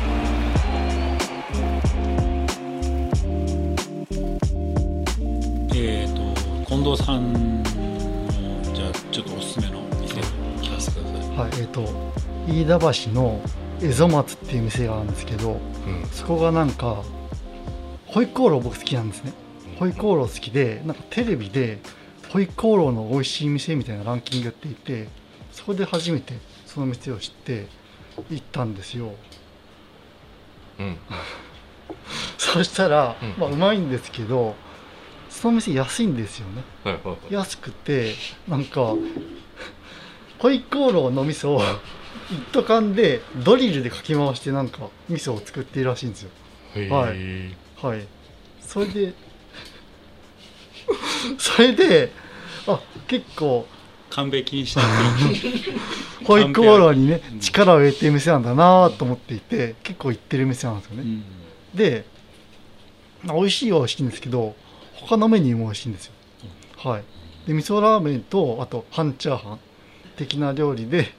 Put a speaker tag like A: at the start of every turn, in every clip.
A: Hey.
B: えっ、と近藤さんのじゃあちょっとおすすめの店を聞かせてください
C: はいえっ、と飯田橋の蝦夷松っていう店があるんですけど
D: うん
C: そこがなんかホイコーロー僕好きなんですねホイコーロー好きでなんかテレビでホイコーローの美味しい店みたいなランキングやっていてそこで初めてその店を知って行ったんですよ
D: うん
C: そしたら、
D: うん
C: まあうまいんですけどその店安いんですよね
D: はいはいはい
C: 安くてなんかホイコーローの味噌を一斗缶でドリルでかき回してなんか味噌を作っているらしいんですよ
D: へー
C: はいはいそれで それであ結構
B: 勘弁禁止なんですけ
C: ホイコーローにね
B: うん
C: 力を入れてる店なんだなと思っていて結構行ってる店なんですよ
B: ど、
C: ねでまあ美味しいは美味しいんですけど他のメニューも美味しいんですよはいで味噌ラーメンとあと半チャーハン的な料理で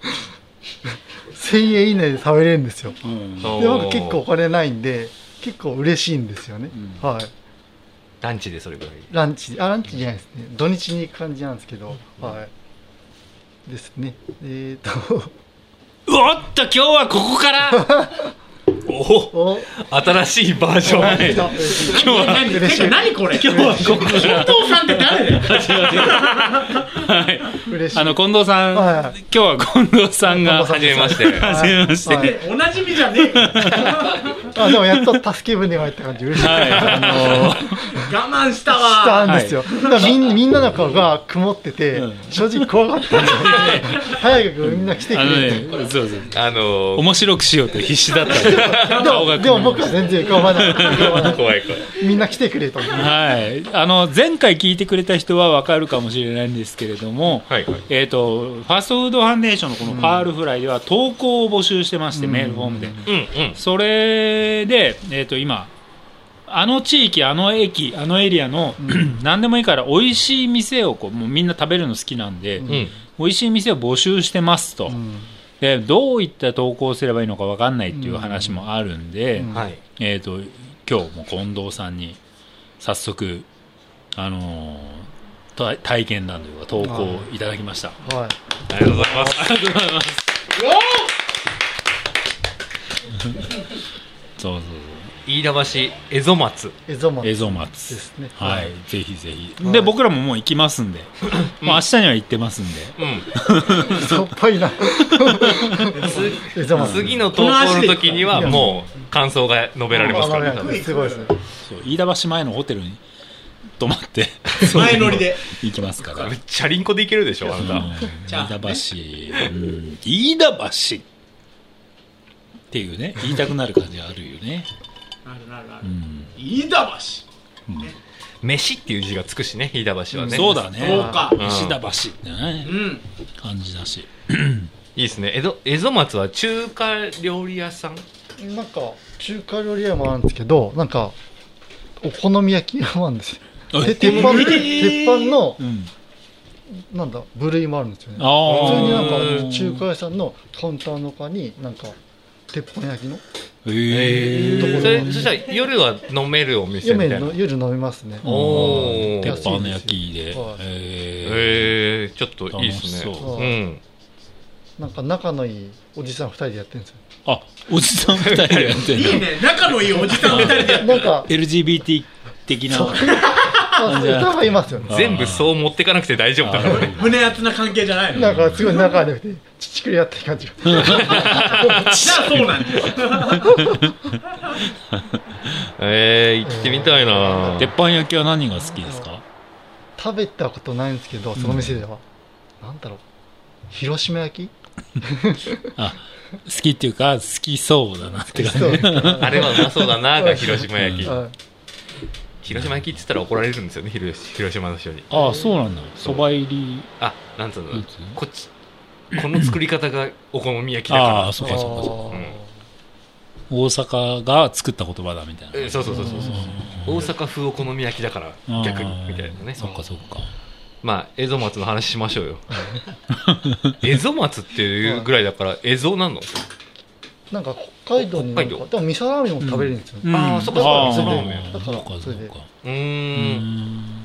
C: 1000円以内で食べれるんですよ
B: うんうん
D: おー
C: で僕結構お金ないんで結構嬉しいんですよね、
B: うん
C: はい
D: ランチでそれぐらい
C: ランチあランチじゃないですね土日に行く感じなんですけど、はいですねえー、っ
E: おっと今日はここ から
D: お
C: と お
D: 新しいバージョン
C: 来た
E: 今日何
C: 嬉しい
E: 何これ今日はここから近藤さんって誰だよ
B: はい
C: 嬉しい
B: あの近藤さん、
C: はい
B: 今日は近藤さんが
D: はじめまし
B: は
D: て
B: じめまして、
C: はい
E: おなじみじゃねえよ
C: あでもやっと助け舟が入った感じ嬉しい、
B: はい、あ
E: 我慢した
C: し
E: わ
C: たんですよ、だからみんみんなの顔が曇ってて、正直怖かった んですよ早くみんな来て
B: の
C: く
B: あの
C: れって、
B: ねそうそう
D: あのー
B: 面白くしようと必死だったんで
C: で
B: 顔が曇
C: もでも僕は全然構わない構わない
D: 怖い怖い
C: みんな来てくれと思って
B: はい、あの前回聞いてくれた人は分かるかもしれないんですけれども、
D: はいはい
B: えー、とファストフードファンデーションのこのパールフライでは投稿を募集してまして、メールフォームで、
D: うんうん
B: それで、えー、と今あの地域あの駅あのエリアの、 何でもいいから美味しい店をこうもうみんな食べるの好きなんで、
D: うん
B: 美味しい店を募集してますと、でどういった投稿をすればいいのか分かんないっていう話もあるんで、
C: うん
D: はい
B: えー、と今日も近藤さんに早速、あのーた体験談というか投稿をいただきました
C: はい
D: ありがとうございます
B: ありがとうございますそうそう
D: 飯田橋蝦夷松
C: エゾ
B: そう
C: マンで
B: 映像待つ
C: すね
B: はい、ぜひぜひ、
C: はい
B: で僕らももう行きますんで、もう明日には行ってますんで
D: うん
C: しょっぱ いなエゾマン
D: 次の投稿の時にはもう感想が述べられますからね
C: すごいですね
B: そう飯田橋前のホテルに泊まって
E: 前乗りで
B: 行きますから
D: チャリンコでいけるでしょあ
B: うん
D: な
B: 飯田橋、うん飯田橋っていうね言いたくなる感じがあるよね、
E: あるあるあ
B: う
E: る
B: ん
E: 飯田橋
D: た飯っていう字がつくしね飯田橋はね
B: そうだね
E: そうか
D: ん
B: 石田橋ってね
E: うん
B: 感じだし
D: いいですね江戸蝦夷松は中華料理屋さん
C: なんか中華料理屋もあるんですけどなんかお好み焼き屋もあるんですよ
B: あ
C: で鉄板鉄板の
B: うん
C: なんだ部類もあるんですよね
B: あ
C: 普
B: あ
C: 通になんか中華屋さんのカウンターの他になんか鉄板焼きの
B: へえ
D: それそしたら夜は飲めるお店み
C: 夜
D: たいな
C: の夜飲みますね
D: おー
B: 鉄板の焼きで
C: は
B: へ
C: い
B: え
D: えー、ちょっといいですね
B: 楽し
C: そう
D: うん
C: なんか仲のいいおじさん二人でやってるんですよ
B: あおじさん二人でやって
E: いい
B: る
E: ね仲のいいおじさん二人で
C: なんか
B: LGBT 的な
C: あそう歌がいますよね
D: 全部そう持ってかなくて大丈夫だからね
E: 胸熱な関係じゃないの
C: なんかすごい仲良くて乳くれやってる感じが
E: じゃあそうなんだよ
D: えー、行ってみたいな
B: 鉄板焼きは何が好きですか
C: 食べたことないんですけどその店では、なんだろう広島焼き
B: 好きっていうか好きそうだなって感じ
C: そうですね
D: あれはうまそうだなが広島焼き
C: は
D: 広島焼きって言ったら怒られるんですよね広広島の人に
B: ああそうなんだそば入り
D: あなんつうの
B: なんつうの
D: こっちこの作り方がお好み焼きだから
B: ああそうかそうかそうか
D: うん
B: 大阪が作った言葉だみたいな
D: えそうそうそうそうそう大阪風お好み焼きだから
B: ああ
D: 逆にみたいなね
B: そっかそっか
D: まあ蝦夷松の話しま しょうよ蝦夷松っていうぐらいだから蝦夷なの
C: なんか北海道になんか
D: 北海
C: でも味噌ラーメンも食べれるんですよ、
B: うん
D: ああそっかそっかそっか
B: そっかそっか
C: それで
D: う
B: う
D: ーん
B: ん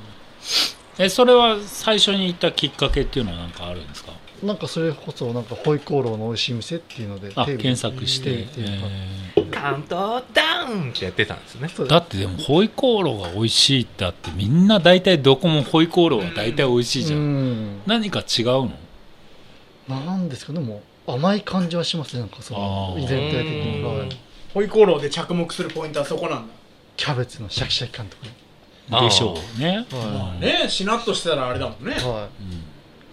B: えそれは最初に行ったきっかけっていうのは何かあるんですか
C: なんかそれこそなんかホイコーローの美味しい店っていうので
B: あ
C: テレビ
B: 検索し
C: テレビ
B: て
C: っていうか
B: え
D: カウントダウンってやってたんですね
C: そう
B: ーだってでもホイコーローが美味しいってあってみんな大体どこもホイコーローは大体美味しいじゃ
C: うんん
B: 何か違うの
C: なんですけども甘い感じはしますねなんかその
B: あー
C: 全体的に
D: うーん
C: はい
E: ホイコーローで着目するポイントはそこなんだ
C: キャベツのシャキシャキ感とかね
D: あー
B: でしょうね
C: は
B: うん
E: ねしなっとしてたらあれだもんね
C: い、はい、
B: うん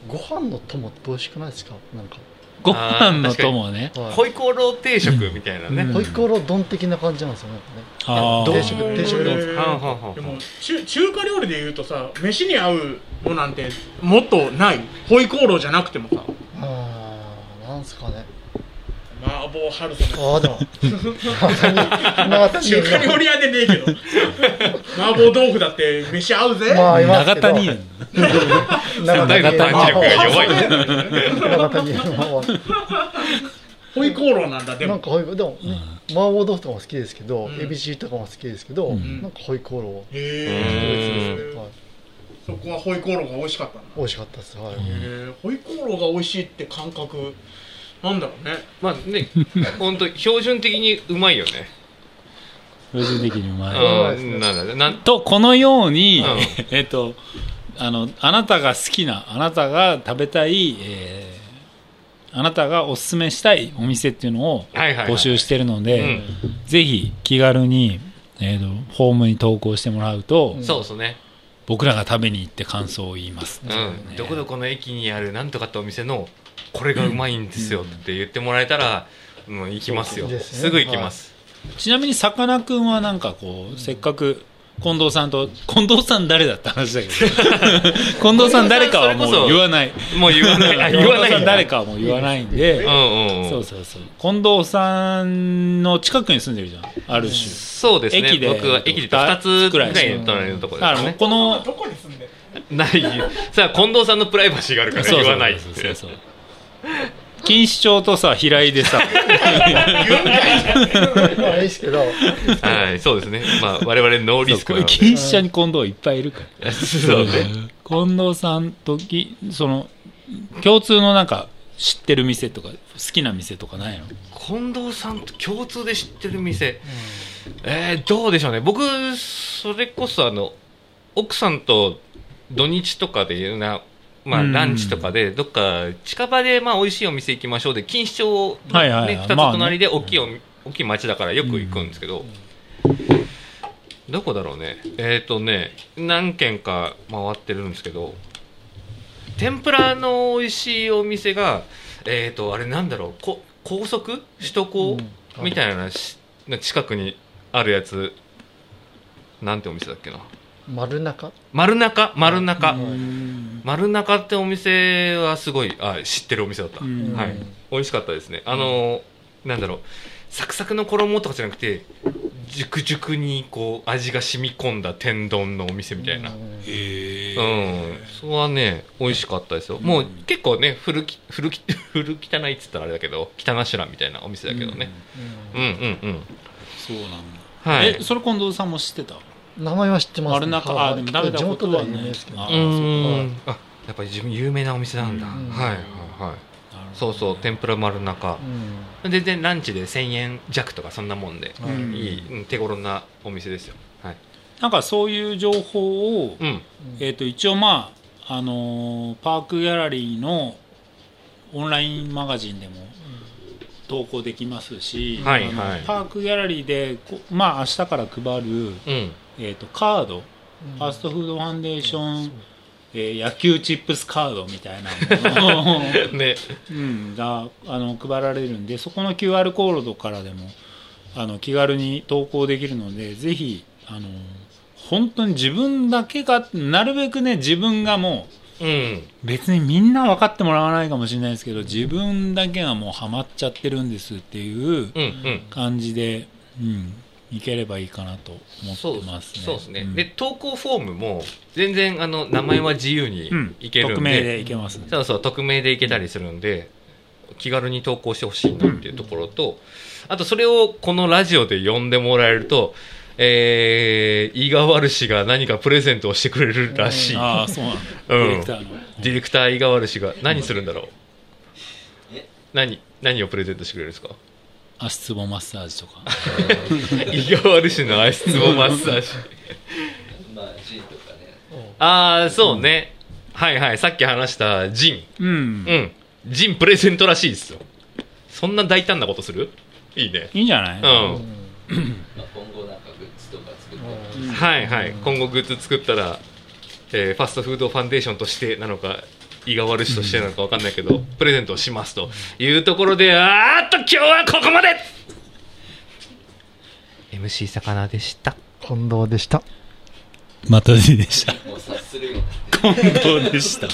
C: ご飯の友って美味しくないですかなんか、
B: ご飯の友ね
C: はい
D: ホイコーロー定食みたいなね、
B: うん
C: ホイコーロー丼的な感じなんですよねなんかね
B: あ
C: 定
B: ー
C: 食定食どう
D: はあはあはあ
E: でも中中華料理で言うとさ飯に合うのなんてもっとないホイコーローじゃなくてもさ
C: あーなんすかね
E: 麻婆春雨
C: ああ でもまあ確
E: 中華
C: かに
E: 料理屋でねえけど麻婆豆腐だって飯合うぜ、
C: まあいます
B: 長
C: けど
B: 谷
D: 仙台
C: 長
D: のパン
C: 谷
D: チ力が弱いね
C: 長谷
E: ホイコーローなんだで
C: なん
E: も
C: かホイコーでもね麻婆豆腐とかも好きですけど
E: うん
C: エビチリとかも好きですけど
B: うん
C: なんかホイコーロー
E: へえ
C: ですねはい
E: そこはホイコーローが美味しかったんだ
C: 美味しかったですはい
E: へえホイコーローが美味しいって感覚なんだろうね
D: まあね本当標準的にうまいよね
B: 標準的にうまい
C: まいです
D: う
C: ね
D: んなんだねなん
B: とこのように、
D: う
B: えっとあのあなたが好きなあなたが食べたい、えーあなたがおすすめしたいお店っていうのを
D: はいはいはい
B: 募集してるので、
D: うん
B: ぜひ気軽に、えー、とホームに投稿してもらうと、
D: そうですね
B: 僕らが食べに行って感想を言います、
D: う
B: ね
D: ん、どこどこの駅にあるなんとかってお店のこれがうまいんですよって言ってもらえたら、うん、行きますよ,、
C: そうですすね
D: ぐ行きます、
B: ちなみにさかなクンはなんかこう、せっかく近藤さんと近藤さん誰だって話だ けど近藤さん誰かはもう言わない
D: もう言わないあ言わな
B: 近藤さ
D: い
B: ん
D: ん
B: 誰
D: だ
B: かはもう言わないんで、
D: うんうんうん
B: そうそうそう近藤さんの近くに住んでるじゃんある種、
D: そうですね
B: 駅で
D: 僕は駅で2つぐらいの隣のところ
B: だ
D: で
B: から
D: す
B: もう
D: ね
B: この
E: どこに住んでる
D: ないさあ近藤さんのプライバシーがあるから言わない
B: そうそうそうそう錦糸町とさ平井でさ
C: まあいいですけど
D: はいそうですねまあ我々ノーリスクなので
B: 錦糸町に近藤いっぱいいるから
D: そうね
B: 近藤さんときその共通のなんか知ってる店とか好きな店とかないの
D: 近藤さんと共通で知ってる店、えーどうでしょうね僕それこそあの奥さんと土日とかでいうなまあ
B: うん
D: ランチとかでどっか近場でまあ美味しいお店行きましょうで錦糸町の
B: はいはいはい
D: ね2つ
B: まあね
D: 隣で大きいお大きい町だからよく行くんですけどどこだろうねえっ、とね何軒か回ってるんですけど天ぷらの美味しいお店がえっ、とあれなんだろうこ高速首都高、
C: うん
D: みたいなし近くにあるやつなんてお店だっけな
C: 丸中
D: 丸中丸中、
C: うん
D: 丸中ってお店はすごいあ知ってるお店だった、
B: うん
D: はい美味しかったですねあの、なんだろうサクサクの衣とかじゃなくて熟々にこう味が染み込んだ天丼のお店みたいな、
C: うん
D: うん、それはね美味しかったですよ、もう結構ね古き古き 古汚いっつったらあれだけど汚なしらみたいなお店だけどね、うん、うんうん
B: そうなんだ、
D: はい
B: えそれ近藤さんも知ってた
C: 名前は知ってます
B: 丸中あ
C: はい
B: でも食べた
C: 地
B: こと
C: 元
B: は
C: で
B: な
C: はい有名ですけど
B: あ
D: うーんあやっぱり自分有名なお店なんだ、
C: うん
D: はいはいはいそうそう天ぷら丸中
C: うん
D: 全然ランチで1000円弱とかそんなもんで、
B: うん
D: いいうん手頃なお店ですよはい
B: なんかそういう情報を、
D: うん
B: えー、と一応まあ、あのーパークギャラリーのオンラインマガジンでも投稿できますし、
D: はい
B: あの
D: はい
B: パークギャラリーでこまあ明日から配る、
D: うん
B: えー、とカード、ファストフードファンデーション、えー野球チップスカードみたいなもの
D: ね
B: うんがあの配られるんでそこの QR コードからでもあの気軽に投稿できるのでぜひあの本当に自分だけがなるべくね自分がも
D: うん
B: う別にみんな分かってもらわないかもしれないですけど自分だけがもうハマっちゃってるんですっていう
D: うんうん
B: 感じで、うん、いければいいかなと
D: そ
B: 思っ
D: う
B: てますね。
D: そうですね、
B: ん
D: で投稿フォームも全然あの名前は自由に
B: うん
D: いける
B: 匿
D: んで、
B: 名でいけます、ね。
D: そうそう匿名でいけたりするんで気軽に投稿してほしいなっていうところとあとそれをこのラジオで呼んでもらえるとえー、伊賀ワル氏が何かプレゼントをしてくれるらしい、
B: ああ、そうなんだ。デ
D: う
B: ィレ
D: ん
B: クターの。
D: ディレクター伊賀ワル氏が何するんだろう何何をプレゼントしてくれるんですか
B: 足つぼマッサージとか。
D: 伊賀ワル氏の足つぼマッサージ
F: まあ、ジンとかね。
D: ああそうね、はいはいさっき話したジン
B: うん。
D: うんジンプレゼントらしいですよそんな大胆なことするいいね
B: いいんじゃない、
D: うん
F: まあ、今後なんかグッズとか作ってもらって
D: はいはい、今後グッズ作ったら、えーファストフードファンデーションとしてなのか、胃が悪しとしてなのか分かんないけど、プレゼントをしますというところで、あーっと、今日はここまで MC 魚でした。
C: 近藤でした
B: またでした。
F: もう察するような。
B: 近藤でした。